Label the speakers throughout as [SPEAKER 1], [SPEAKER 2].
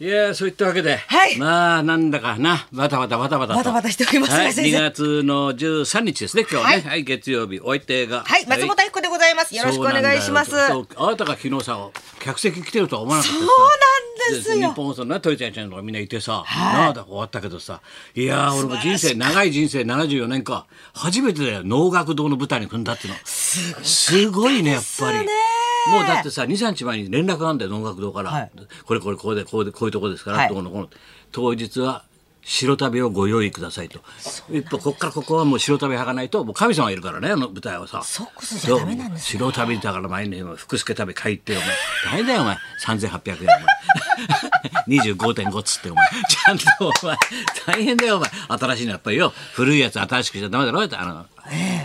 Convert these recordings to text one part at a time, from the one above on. [SPEAKER 1] いやーそういったわけで、
[SPEAKER 2] はい
[SPEAKER 1] まあなんだかなバタバタバタバタと
[SPEAKER 2] バタバタしておりますね
[SPEAKER 1] はい、
[SPEAKER 2] 先
[SPEAKER 1] 2
[SPEAKER 2] 生
[SPEAKER 1] 月の13日ですね今日ねは、
[SPEAKER 2] はいい
[SPEAKER 1] 月曜日おいてが
[SPEAKER 2] はい、松本明子でございます。よろしくお願いします。
[SPEAKER 1] そ
[SPEAKER 2] そうう
[SPEAKER 1] な
[SPEAKER 2] な
[SPEAKER 1] だ
[SPEAKER 2] んん
[SPEAKER 1] よちょっとあなたが昨日さ客席来てるとは思わなかったです
[SPEAKER 2] です
[SPEAKER 1] 日
[SPEAKER 2] よ。
[SPEAKER 1] 本放送のなトリちゃんちゃんとかみんないてさ、なあだ終わったけどさいやー俺も人生長い人生74年か初めてだよ能楽堂の舞台に組んだっていうのすごいねやっぱり
[SPEAKER 2] ね
[SPEAKER 1] もうだってさ23日前に連絡があんだよ能楽堂から、
[SPEAKER 2] はい
[SPEAKER 1] これこれこうでこうでこういうとこですから、
[SPEAKER 2] はい
[SPEAKER 1] どこのこの当日は白旅をご用意くださいと一歩こっからここはもう白旅はかないともう神様がいるからねあの舞台はさ
[SPEAKER 2] そこそじゃダメなんですね
[SPEAKER 1] そう白旅だから前に福助旅買いってよお前大変だよお前3800円お前25.5つってお前ちゃんとお前大変だよお前新しいのやっぱりよ古いやつ新しくしちゃダメだろってあの、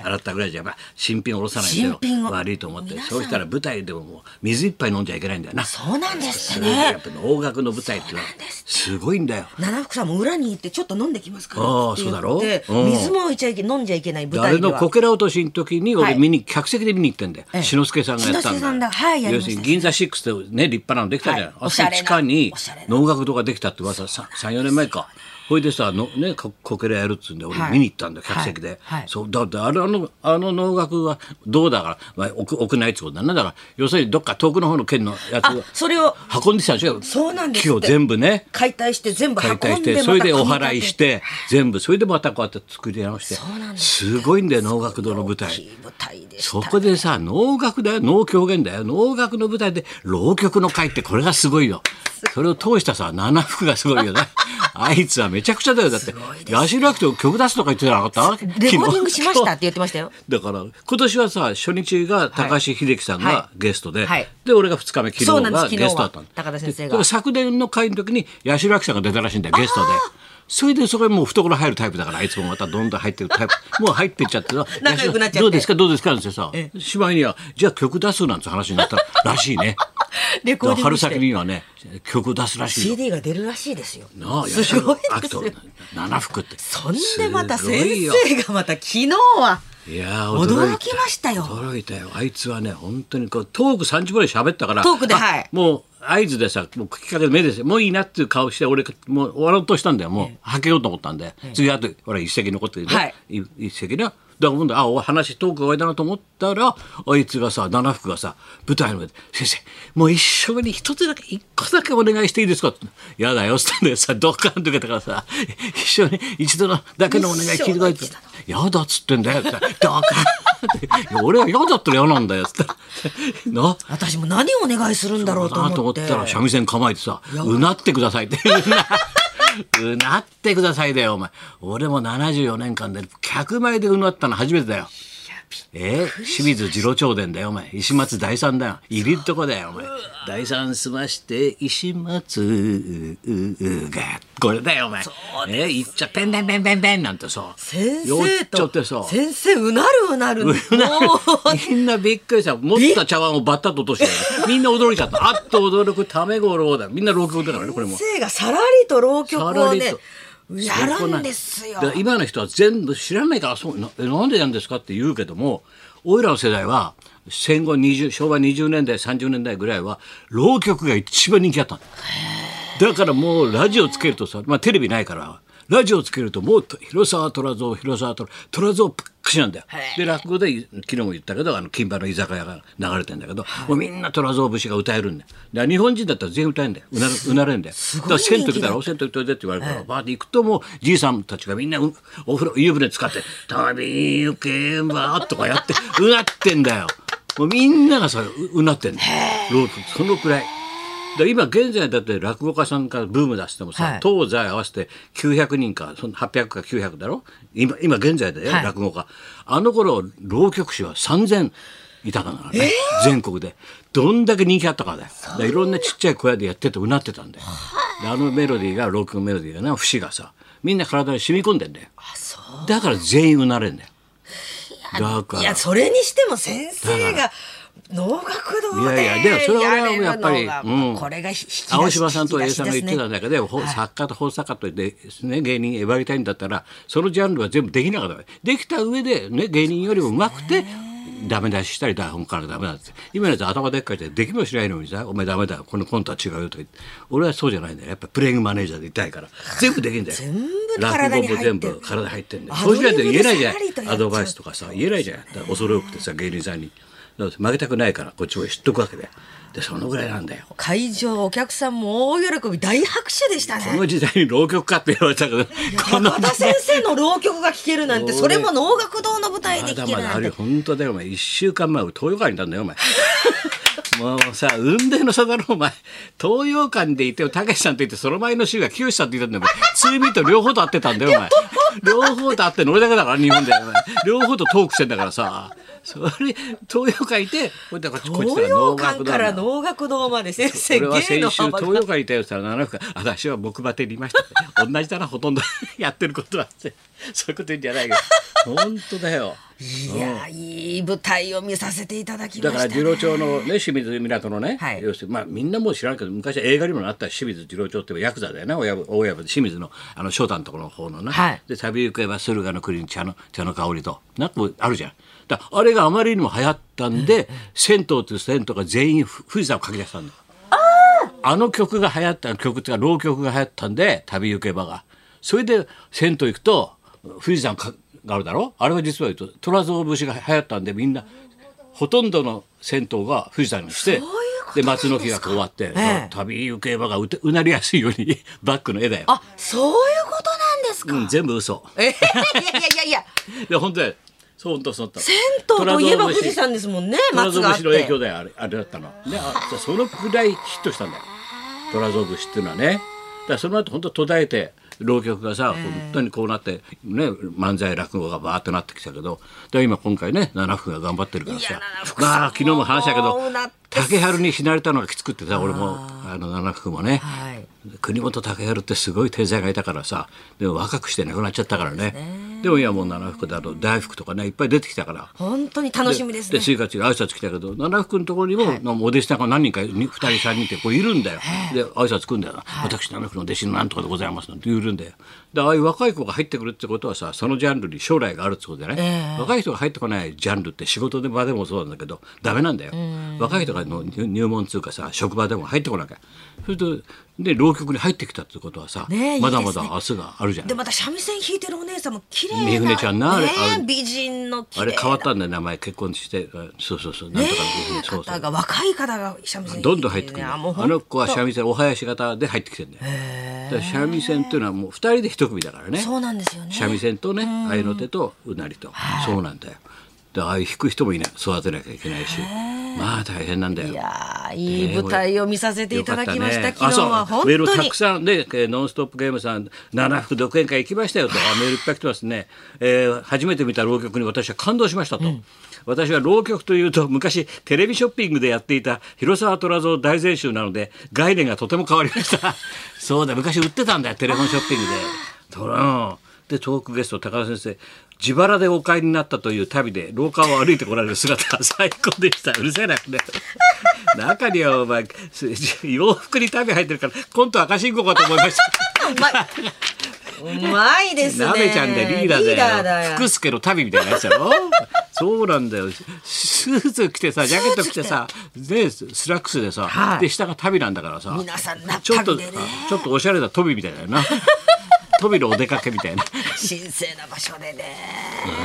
[SPEAKER 1] 洗ったぐらいじゃやっぱ新品を下ろさない
[SPEAKER 2] 新品
[SPEAKER 1] と
[SPEAKER 2] を
[SPEAKER 1] 悪いと思って
[SPEAKER 2] 皆さん
[SPEAKER 1] そうしたら舞台でももう水一杯飲んじゃいけないんだよな
[SPEAKER 2] そうなんです
[SPEAKER 1] す
[SPEAKER 2] って
[SPEAKER 1] ごいや
[SPEAKER 2] ね
[SPEAKER 1] っ。ぱ能楽の舞台ってのはすごいんだよ
[SPEAKER 2] 七福さんも裏に行ってちょっと飲んできますから
[SPEAKER 1] ああ
[SPEAKER 2] って言っ
[SPEAKER 1] そ
[SPEAKER 2] て
[SPEAKER 1] うだろうん
[SPEAKER 2] 水も置いちゃいけ飲んじゃいけない舞
[SPEAKER 1] あ
[SPEAKER 2] 台
[SPEAKER 1] れ
[SPEAKER 2] で
[SPEAKER 1] の
[SPEAKER 2] は
[SPEAKER 1] こけら落としの時に
[SPEAKER 2] は
[SPEAKER 1] 俺
[SPEAKER 2] い
[SPEAKER 1] 見に、客席で見に行ってんだよ、
[SPEAKER 2] ええ
[SPEAKER 1] 篠介さんがやった
[SPEAKER 2] 篠介さ
[SPEAKER 1] ん
[SPEAKER 2] ん
[SPEAKER 1] だ
[SPEAKER 2] だはいやり
[SPEAKER 1] 要
[SPEAKER 2] まし
[SPEAKER 1] する
[SPEAKER 2] た
[SPEAKER 1] に銀座6ってね立派なのできたじゃん、
[SPEAKER 2] はい
[SPEAKER 1] あ
[SPEAKER 2] お
[SPEAKER 1] そ
[SPEAKER 2] し
[SPEAKER 1] こ
[SPEAKER 2] ゃ
[SPEAKER 1] に
[SPEAKER 2] れ
[SPEAKER 1] 地下に
[SPEAKER 2] なおしゃれな
[SPEAKER 1] 能楽堂ができたって噂34年前かほいでさの、ね、ここけらやるっつうんで俺
[SPEAKER 2] はい
[SPEAKER 1] 見に行ったんだよ、客席で、
[SPEAKER 2] はいはい
[SPEAKER 1] そうだってあれあのあの能楽はどうだから、まあ、屋屋内ってことだなだから要するにどっか遠くの方の県のやつ
[SPEAKER 2] あ
[SPEAKER 1] を
[SPEAKER 2] それを
[SPEAKER 1] 運んできたんでしょ
[SPEAKER 2] そうなんですって
[SPEAKER 1] 木を全部ね
[SPEAKER 2] 解体して全部運
[SPEAKER 1] 解
[SPEAKER 2] んで
[SPEAKER 1] 体して
[SPEAKER 2] また
[SPEAKER 1] それでお
[SPEAKER 2] 組み立て
[SPEAKER 1] 祓いして全部それでまたこうやって作り直して
[SPEAKER 2] そうなんです
[SPEAKER 1] ごいんだよ能楽堂の舞
[SPEAKER 2] 大き
[SPEAKER 1] 台
[SPEAKER 2] い舞台でした
[SPEAKER 1] そこでさ能楽だよ能狂言だよ能楽の舞台で浪曲の会ってこれがすごいよそれを通したさ七福がすごいよ ねあいつはめちゃくちゃだよだって八代亜紀と曲出すとか言ってなかった
[SPEAKER 2] レコーディングしましたっ
[SPEAKER 1] 昨
[SPEAKER 2] て言ってましたよ
[SPEAKER 1] 日だから今年はさ初日が高橋英樹さんが
[SPEAKER 2] は
[SPEAKER 1] ゲストで、
[SPEAKER 2] はい
[SPEAKER 1] で俺が2日目昨
[SPEAKER 2] そう
[SPEAKER 1] 日
[SPEAKER 2] なんです
[SPEAKER 1] が
[SPEAKER 2] 昨日
[SPEAKER 1] ゲ
[SPEAKER 2] は
[SPEAKER 1] ストだったの
[SPEAKER 2] 高田先生
[SPEAKER 1] で
[SPEAKER 2] が
[SPEAKER 1] だから昨年の会の時に八代亜紀さんが出たらしいんだよゲストで。それでそこにもう懐入るタイプだからあいつもまたどんどん入ってるタイプもう入ってっちゃってさ
[SPEAKER 2] 仲良くなっちゃって
[SPEAKER 1] どうですかどうですかなんてさしまいにはじゃあ曲出すなんて話になったらしいね
[SPEAKER 2] レコーディン
[SPEAKER 1] 春
[SPEAKER 2] グし
[SPEAKER 1] 先
[SPEAKER 2] て
[SPEAKER 1] にはね曲出すらしいよ
[SPEAKER 2] CD が出るらしいですよ
[SPEAKER 1] なあ
[SPEAKER 2] すごい
[SPEAKER 1] 八
[SPEAKER 2] です
[SPEAKER 1] 代亜紀
[SPEAKER 2] よ
[SPEAKER 1] と七福って
[SPEAKER 2] そんでまた
[SPEAKER 1] すごい
[SPEAKER 2] 先
[SPEAKER 1] よ
[SPEAKER 2] 生がまた昨日はい
[SPEAKER 1] やー
[SPEAKER 2] 驚きましたよ
[SPEAKER 1] 驚いたよあいつはね本当にこうトーク30分ぐらい喋ったから
[SPEAKER 2] トークで
[SPEAKER 1] あ
[SPEAKER 2] はい
[SPEAKER 1] もう合図でさもう聞きかけで目ですもういいなっていう顔して俺もう終わろうとしたんだよもうはけようと思ったんで、次あとほら一席残ってるね、
[SPEAKER 2] はい
[SPEAKER 1] い一席ねだからほんであお話トークが終わりだなと思ったらあいつがさ七福がさ舞台の上で「先生もう一生に一つだけ一個だけお願いしていいですか?」って「やだよ」っつったんでさどっかんとけたからさ「一生に一度のだけのお願い聞いてください」って「やだ」っつってんだよって言ったら「だから」っていや俺は嫌だったら嫌なんだよ」っつったら 「な
[SPEAKER 2] 私も何をお願いするんだろうと
[SPEAKER 1] なと
[SPEAKER 2] 思
[SPEAKER 1] 思
[SPEAKER 2] っ
[SPEAKER 1] ってたら三味線構えてさ「うなってください」って 「うなうなってください」だよお前俺も74年間で客前でうなったの初めてだよ。えー清水次郎長伝だよお前石松第三だよ入りっとこだよお前第三済まして石松がこれだよお前えーいっちゃペンペンペンペンペンなんてさ
[SPEAKER 2] 先
[SPEAKER 1] よっちゃ
[SPEAKER 2] 生
[SPEAKER 1] っ
[SPEAKER 2] と
[SPEAKER 1] てさ
[SPEAKER 2] 先生うなるうな るもう
[SPEAKER 1] みんなびっくりした持った茶碗をバッタッと落としてる みんな驚いちゃったあっと驚くためごろだみんな浪曲だからねこれも
[SPEAKER 2] 先生がさらりと浪曲
[SPEAKER 1] さら
[SPEAKER 2] を
[SPEAKER 1] り
[SPEAKER 2] ね
[SPEAKER 1] と
[SPEAKER 2] やるんですよ
[SPEAKER 1] だから今の人は全部知らないからそうなえなんでなんですかって言うけども俺らの世代は戦後20昭和20年代30年代ぐらいは浪曲が一番人気だったのだからもうラジオつけるとさ、まあ、テレビないからラジオつけるともうと広沢虎蔵広沢虎虎蔵ばっかしなんだよ。で落語で昨日も言ったけどあの金馬の居酒屋が流れてんだけど、もうみんな虎蔵節が歌えるんだよ。だから日本人だったら全員歌えんだようなうなれんだよ。だから銭湯行くだろ銭湯行くといでって言われるから、バーって行くともうじいさんたちがみんなうお風呂湯船使って「旅行けば」とかやってうなってんだよ。もうみんながそれううなってんだよ。ロープそのくらい。で今現在だって落語家さんからブーム出してもさ、
[SPEAKER 2] はい
[SPEAKER 1] 東西合わせて900人かその800か900だろ今今現在で、よ
[SPEAKER 2] はい
[SPEAKER 1] 落語家あの頃浪曲師は3000いたからね、全国でどんだけ人気あったかだよだからいろんなちっちゃい小屋でやっててうなってたんだよであのメロディーが浪曲メロディーがな節がさみんな体に染み込んでんだよだから全員うなれんだよだから
[SPEAKER 2] いやそれにしても先生が能楽堂
[SPEAKER 1] い
[SPEAKER 2] で
[SPEAKER 1] や
[SPEAKER 2] や
[SPEAKER 1] いやでもそれは俺は
[SPEAKER 2] れる
[SPEAKER 1] やっぱり
[SPEAKER 2] のが
[SPEAKER 1] うん
[SPEAKER 2] これが引き出し
[SPEAKER 1] 青島さんと A さんが言ってた
[SPEAKER 2] 引き出しです
[SPEAKER 1] 中
[SPEAKER 2] ね
[SPEAKER 1] で、ほ作家と法作家とで、ね、芸人選びたいんだったらそのジャンルは全部できなかったわけできた上で、ね、芸人よりもうまくて、ダメ出ししたり台本からダメだって今のやつ頭でっかいでできもしないのにさ「お前ダメだよこのコントは違うよ」とか言って俺はそうじゃないんだよやっぱプレイングマネージャーで痛いから全部できんだよ
[SPEAKER 2] 全部
[SPEAKER 1] 落
[SPEAKER 2] 体
[SPEAKER 1] 語
[SPEAKER 2] に
[SPEAKER 1] も
[SPEAKER 2] 入ってる
[SPEAKER 1] 全部体に入ってんだよ
[SPEAKER 2] ア
[SPEAKER 1] そ
[SPEAKER 2] ド
[SPEAKER 1] う
[SPEAKER 2] リ
[SPEAKER 1] し
[SPEAKER 2] ブ
[SPEAKER 1] ないと言えないじゃ
[SPEAKER 2] でさらりとや
[SPEAKER 1] ん
[SPEAKER 2] っちゃう
[SPEAKER 1] アドバイスとかさ言えないじゃんだから恐れ多くてさ芸人さんにだから負けたくないからこっちも知っとくわけだよでそのぐらいなんだよ
[SPEAKER 2] 会場お客さんも大喜び大拍手でした
[SPEAKER 1] こ
[SPEAKER 2] ね
[SPEAKER 1] の時代に浪曲かって言われたけどこの
[SPEAKER 2] 高田先生の浪曲が聴けるなんてそれも能楽堂の舞台で
[SPEAKER 1] ま
[SPEAKER 2] 聴
[SPEAKER 1] だ
[SPEAKER 2] け
[SPEAKER 1] ま
[SPEAKER 2] る
[SPEAKER 1] だ
[SPEAKER 2] な
[SPEAKER 1] あ
[SPEAKER 2] ん
[SPEAKER 1] る
[SPEAKER 2] て
[SPEAKER 1] よ本当だよお前1週間前俺東洋館にいたんだよお前もうさ雲泥の差だろお前東洋館でいてよたけしさんって言ってその前の週が清さんって言ったんだよお前ツービート両方と会ってたんだよお前両方と会ってんの俺だけだから日本でお前両方とトークしてんだからさそれ東洋館いてこうやってこっちこっち
[SPEAKER 2] 東
[SPEAKER 1] から
[SPEAKER 2] 洋
[SPEAKER 1] 能楽
[SPEAKER 2] 館
[SPEAKER 1] 堂
[SPEAKER 2] か
[SPEAKER 1] な
[SPEAKER 2] ら
[SPEAKER 1] の
[SPEAKER 2] 能楽堂まで先生
[SPEAKER 1] 俺は
[SPEAKER 2] 芸
[SPEAKER 1] 先
[SPEAKER 2] の
[SPEAKER 1] 週
[SPEAKER 2] 幅
[SPEAKER 1] 東
[SPEAKER 2] が
[SPEAKER 1] 洋館いたよって言ったら7分間私は木馬手にいました同じだなほとんど やってることはってそういうこと言うんじゃないよ本当だよ
[SPEAKER 2] いやいい舞台を見させていただきま
[SPEAKER 1] だから
[SPEAKER 2] したね
[SPEAKER 1] 二郎町のね清水港のね、
[SPEAKER 2] はい
[SPEAKER 1] 要するにまあみんなもう知らんけど昔は映画にもなった清水二郎町ってヤクザだよね親分親分で清水のあの翔太のところの方のね、
[SPEAKER 2] はい
[SPEAKER 1] で旅行けば駿河の国に茶の茶の香りとなんかこうあるじゃんだからあれがあまりにも流行ったんで、銭湯という銭湯が全員ふ富士山をかけ出したんだよあの曲が流行った曲っていうか浪曲が流行ったんで旅行けばがそれで銭湯行くと富士山かがあるだろあれは実は言うと虎造節が流行ったんでみんなほとんどの銭湯が富士山にして
[SPEAKER 2] そういうこと
[SPEAKER 1] で松の木がこうあって、
[SPEAKER 2] ええ
[SPEAKER 1] 旅行けばがうてうなりやすいように バックの絵だよ、
[SPEAKER 2] あそういうことなんですか、
[SPEAKER 1] うん、全部嘘
[SPEAKER 2] え いやいやいやいや
[SPEAKER 1] で本当だよそう本当そうだった
[SPEAKER 2] 銭湯といえば
[SPEAKER 1] 虎
[SPEAKER 2] 富
[SPEAKER 1] 造節
[SPEAKER 2] 士山ですもんね
[SPEAKER 1] 虎
[SPEAKER 2] 松
[SPEAKER 1] 造
[SPEAKER 2] があっ
[SPEAKER 1] 節の影
[SPEAKER 2] て
[SPEAKER 1] 響だよあれあれだったのねあじゃあそのくらいヒットしたんだよ虎造節っていうのはねだからその後本当途絶えて浪曲がさ本当にこうなってね漫才落語がバーっとなってきたけどで今今回ね七福が頑張ってるから
[SPEAKER 2] いや
[SPEAKER 1] さ
[SPEAKER 2] 七福さんも
[SPEAKER 1] まあ昨日も話したけ
[SPEAKER 2] もう
[SPEAKER 1] ど
[SPEAKER 2] なって
[SPEAKER 1] 竹春にひなれたのがきつくってさ俺もあの七福もね
[SPEAKER 2] はい
[SPEAKER 1] 国本竹春ってすごい天才がいたからさでも若くして亡くなっちゃったからねでも今もう七福だと大福とかねいっぱい出てきたから
[SPEAKER 2] 本当に楽しみですね
[SPEAKER 1] スイカチが挨拶来たけど七福のところにも、のお弟子さんが何人か2人3人ってこういるんだよ、で挨拶来るんだよな、私七福の弟子のなんとかでございますなんて言うんだよでああいう若い子が入ってくるってことはさそのジャンルに将来があるってことだよね、若い人が入ってこないジャンルって仕事で場でもそうなんだけどダメなんだよ、若い人がの入入門つうかさ職場でも入ってこなきゃそれとで浪曲に入ってきたってことはさ、
[SPEAKER 2] ねえ
[SPEAKER 1] まだ
[SPEAKER 2] いい
[SPEAKER 1] ま
[SPEAKER 2] です
[SPEAKER 1] だ
[SPEAKER 2] ね
[SPEAKER 1] 明日があるじゃない
[SPEAKER 2] でまた三味線弾いてるお姉さんも綺麗な
[SPEAKER 1] 三船ちゃんなあれ
[SPEAKER 2] ねえ
[SPEAKER 1] あれ
[SPEAKER 2] 美人の綺
[SPEAKER 1] あ
[SPEAKER 2] 麗
[SPEAKER 1] れ変わっ
[SPEAKER 2] ね
[SPEAKER 1] たんだよ名前結婚してあそうそうそうなんとかの
[SPEAKER 2] え
[SPEAKER 1] そうそう
[SPEAKER 2] 方が若い方が三味線
[SPEAKER 1] どんどん入ってくる
[SPEAKER 2] い
[SPEAKER 1] の
[SPEAKER 2] やもう
[SPEAKER 1] あ
[SPEAKER 2] 本当
[SPEAKER 1] の子は三味線お囃子型で入ってきてるんだよだから三味線っていうのはもう二人で一組だからね
[SPEAKER 2] そうなんですよね
[SPEAKER 1] 三味線とね合いの手とうなりとそうなんだよでああいう弾く人もいない育てなきゃいけないしまあ大変なんだよ
[SPEAKER 2] いやーいい舞台を見させていただきました
[SPEAKER 1] よかっ
[SPEAKER 2] 昨日は
[SPEAKER 1] あそう
[SPEAKER 2] 本
[SPEAKER 1] メール
[SPEAKER 2] 当
[SPEAKER 1] た
[SPEAKER 2] に
[SPEAKER 1] くさんで、えーノンストップゲームさん七福独演会行きましたよとあメールいっぱい来てますね、えー初めて見た浪曲に私は感動しましたと、私は浪曲というと昔テレビショッピングでやっていた広沢虎造大全集なので概念がとても変わりました そうだ昔売ってたんだよテレフォンショッピングでとらでトークゲスト高田先生自腹でお買いになったという旅で廊下を歩いてこられる姿 が最高でしたうるせえなこれ中にはお前 す洋服に旅入ってるからコント赤信号かと思いま した
[SPEAKER 2] うまいうまいですね
[SPEAKER 1] なめちゃんでリーダー
[SPEAKER 2] リーダー
[SPEAKER 1] だ
[SPEAKER 2] だ
[SPEAKER 1] よ
[SPEAKER 2] よ
[SPEAKER 1] 福助の旅みたいなやつだろ そうなんだよスーツ着てさジャケット着てさでスラックスでさ、
[SPEAKER 2] はい
[SPEAKER 1] で下が旅なんだからさ
[SPEAKER 2] 皆さんな
[SPEAKER 1] ちょっと
[SPEAKER 2] 旅でね
[SPEAKER 1] あちょっとおしゃれなトビみたいだよ なトビのお出かけみたいな
[SPEAKER 2] 神聖な場所でね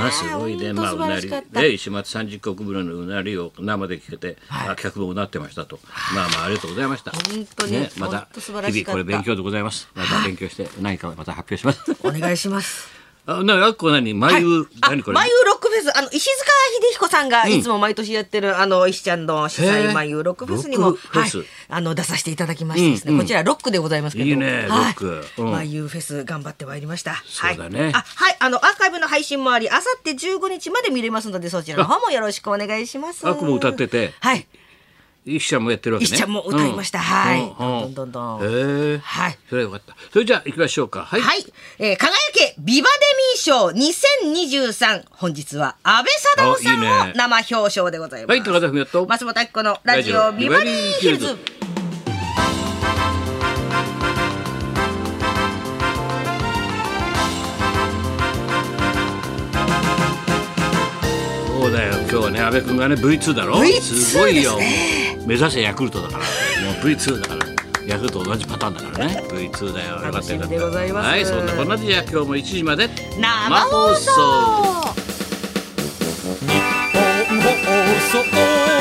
[SPEAKER 1] ああすごいね、まあ、
[SPEAKER 2] 本
[SPEAKER 1] う
[SPEAKER 2] 当素晴
[SPEAKER 1] な
[SPEAKER 2] らし
[SPEAKER 1] り
[SPEAKER 2] かっ、た
[SPEAKER 1] ね、石松三十石風呂のうなりを生で聞けて、あ客もうなってましたと。まあまあ、ありがとうございました。
[SPEAKER 2] 本当に
[SPEAKER 1] ね、また
[SPEAKER 2] 本当素晴らしかった
[SPEAKER 1] 日々これ勉強でございます。また勉強して、何かまた発表します。
[SPEAKER 2] お願いします
[SPEAKER 1] あ、な、あっこ何、眉、
[SPEAKER 2] あ
[SPEAKER 1] 何これ。
[SPEAKER 2] マユロックフェスあの石塚秀彦さんがいつも毎年やってる、あの石ちゃんの主
[SPEAKER 1] へえ
[SPEAKER 2] 催マユロックフェスに
[SPEAKER 1] ロッ
[SPEAKER 2] も
[SPEAKER 1] クフェ
[SPEAKER 2] はい
[SPEAKER 1] ス
[SPEAKER 2] あの出させていただきましてですね、こちらロックでございますけど
[SPEAKER 1] いいね
[SPEAKER 2] はい、
[SPEAKER 1] ロックうん
[SPEAKER 2] マユフェス頑張ってまいりました
[SPEAKER 1] そうだね
[SPEAKER 2] はい、あはいあのアーカイブの配信もありあさって15日まで見れますのでそちらの方もよろしくお願いします
[SPEAKER 1] あっこも歌ってて
[SPEAKER 2] はい
[SPEAKER 1] 石ちゃんもやってるわけね。
[SPEAKER 2] 石ちゃんも歌いましたはい
[SPEAKER 1] うんうん
[SPEAKER 2] どんどんどん
[SPEAKER 1] へえ。
[SPEAKER 2] はい
[SPEAKER 1] それはよかった。それじゃあ、行きましょうか。はい。
[SPEAKER 2] はい、えー、輝けビバデミー賞2023本日は安倍貞夫
[SPEAKER 1] あい
[SPEAKER 2] さ
[SPEAKER 1] い
[SPEAKER 2] ん
[SPEAKER 1] ね
[SPEAKER 2] を生表彰でございま
[SPEAKER 1] は
[SPEAKER 2] す。
[SPEAKER 1] い、高田文夫と。
[SPEAKER 2] 松本明子のラジオビバリーヒルズ。
[SPEAKER 1] そうだよ今日はね安倍君がね V2 だろ
[SPEAKER 2] V2
[SPEAKER 1] すごいよ、
[SPEAKER 2] で
[SPEAKER 1] 目指せヤクルトだからもう V2 だからヤクルトと同じパターンだからね V2 だよよかったよか
[SPEAKER 2] 楽し
[SPEAKER 1] っ
[SPEAKER 2] みでござい
[SPEAKER 1] た
[SPEAKER 2] ます
[SPEAKER 1] はいそんなこんなでじゃあ今日も1時まで
[SPEAKER 2] 生放
[SPEAKER 1] 生放送
[SPEAKER 3] 放
[SPEAKER 2] 送
[SPEAKER 3] 送